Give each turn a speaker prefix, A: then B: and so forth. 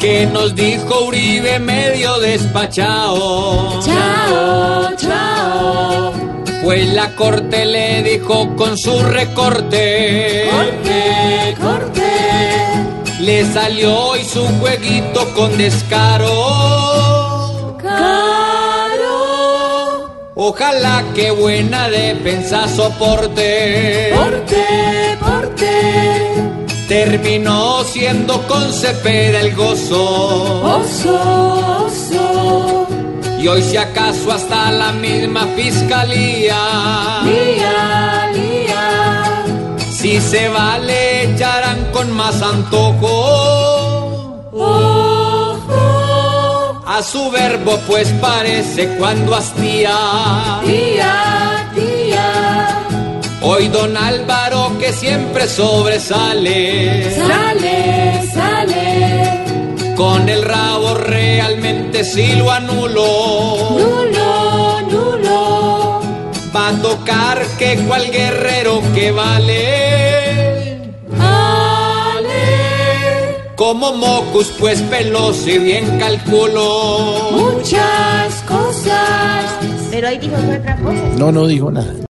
A: que nos dijo Uribe medio despachado.
B: Chao, chao.
A: Pues la corte le dijo con su recorte.
B: Corte, corte.
A: Le salió hoy su jueguito con descaro.
B: Caro.
A: Ojalá que buena defensa soporte.
B: Porte, porte.
A: Terminó siendo con Cepeda el gozo.
B: Oso, oso.
A: Y hoy si acaso hasta la misma fiscalía.
B: Lía, lía.
A: Si se vale, echarán con más antojo.
B: Ojo.
A: A su verbo pues parece cuando hastía.
B: Tía, tía.
A: Hoy don Álvaro que siempre sobresale.
B: Sale, sale.
A: Con el rabo realmente si lo anuló.
B: Nulo, nulo.
A: Va a tocar que cual guerrero que vale.
B: Ale.
A: Como mocus pues pelos si bien calculó.
B: Muchas cosas.
C: Pero ahí dijo otra cosa.
D: No, no dijo nada.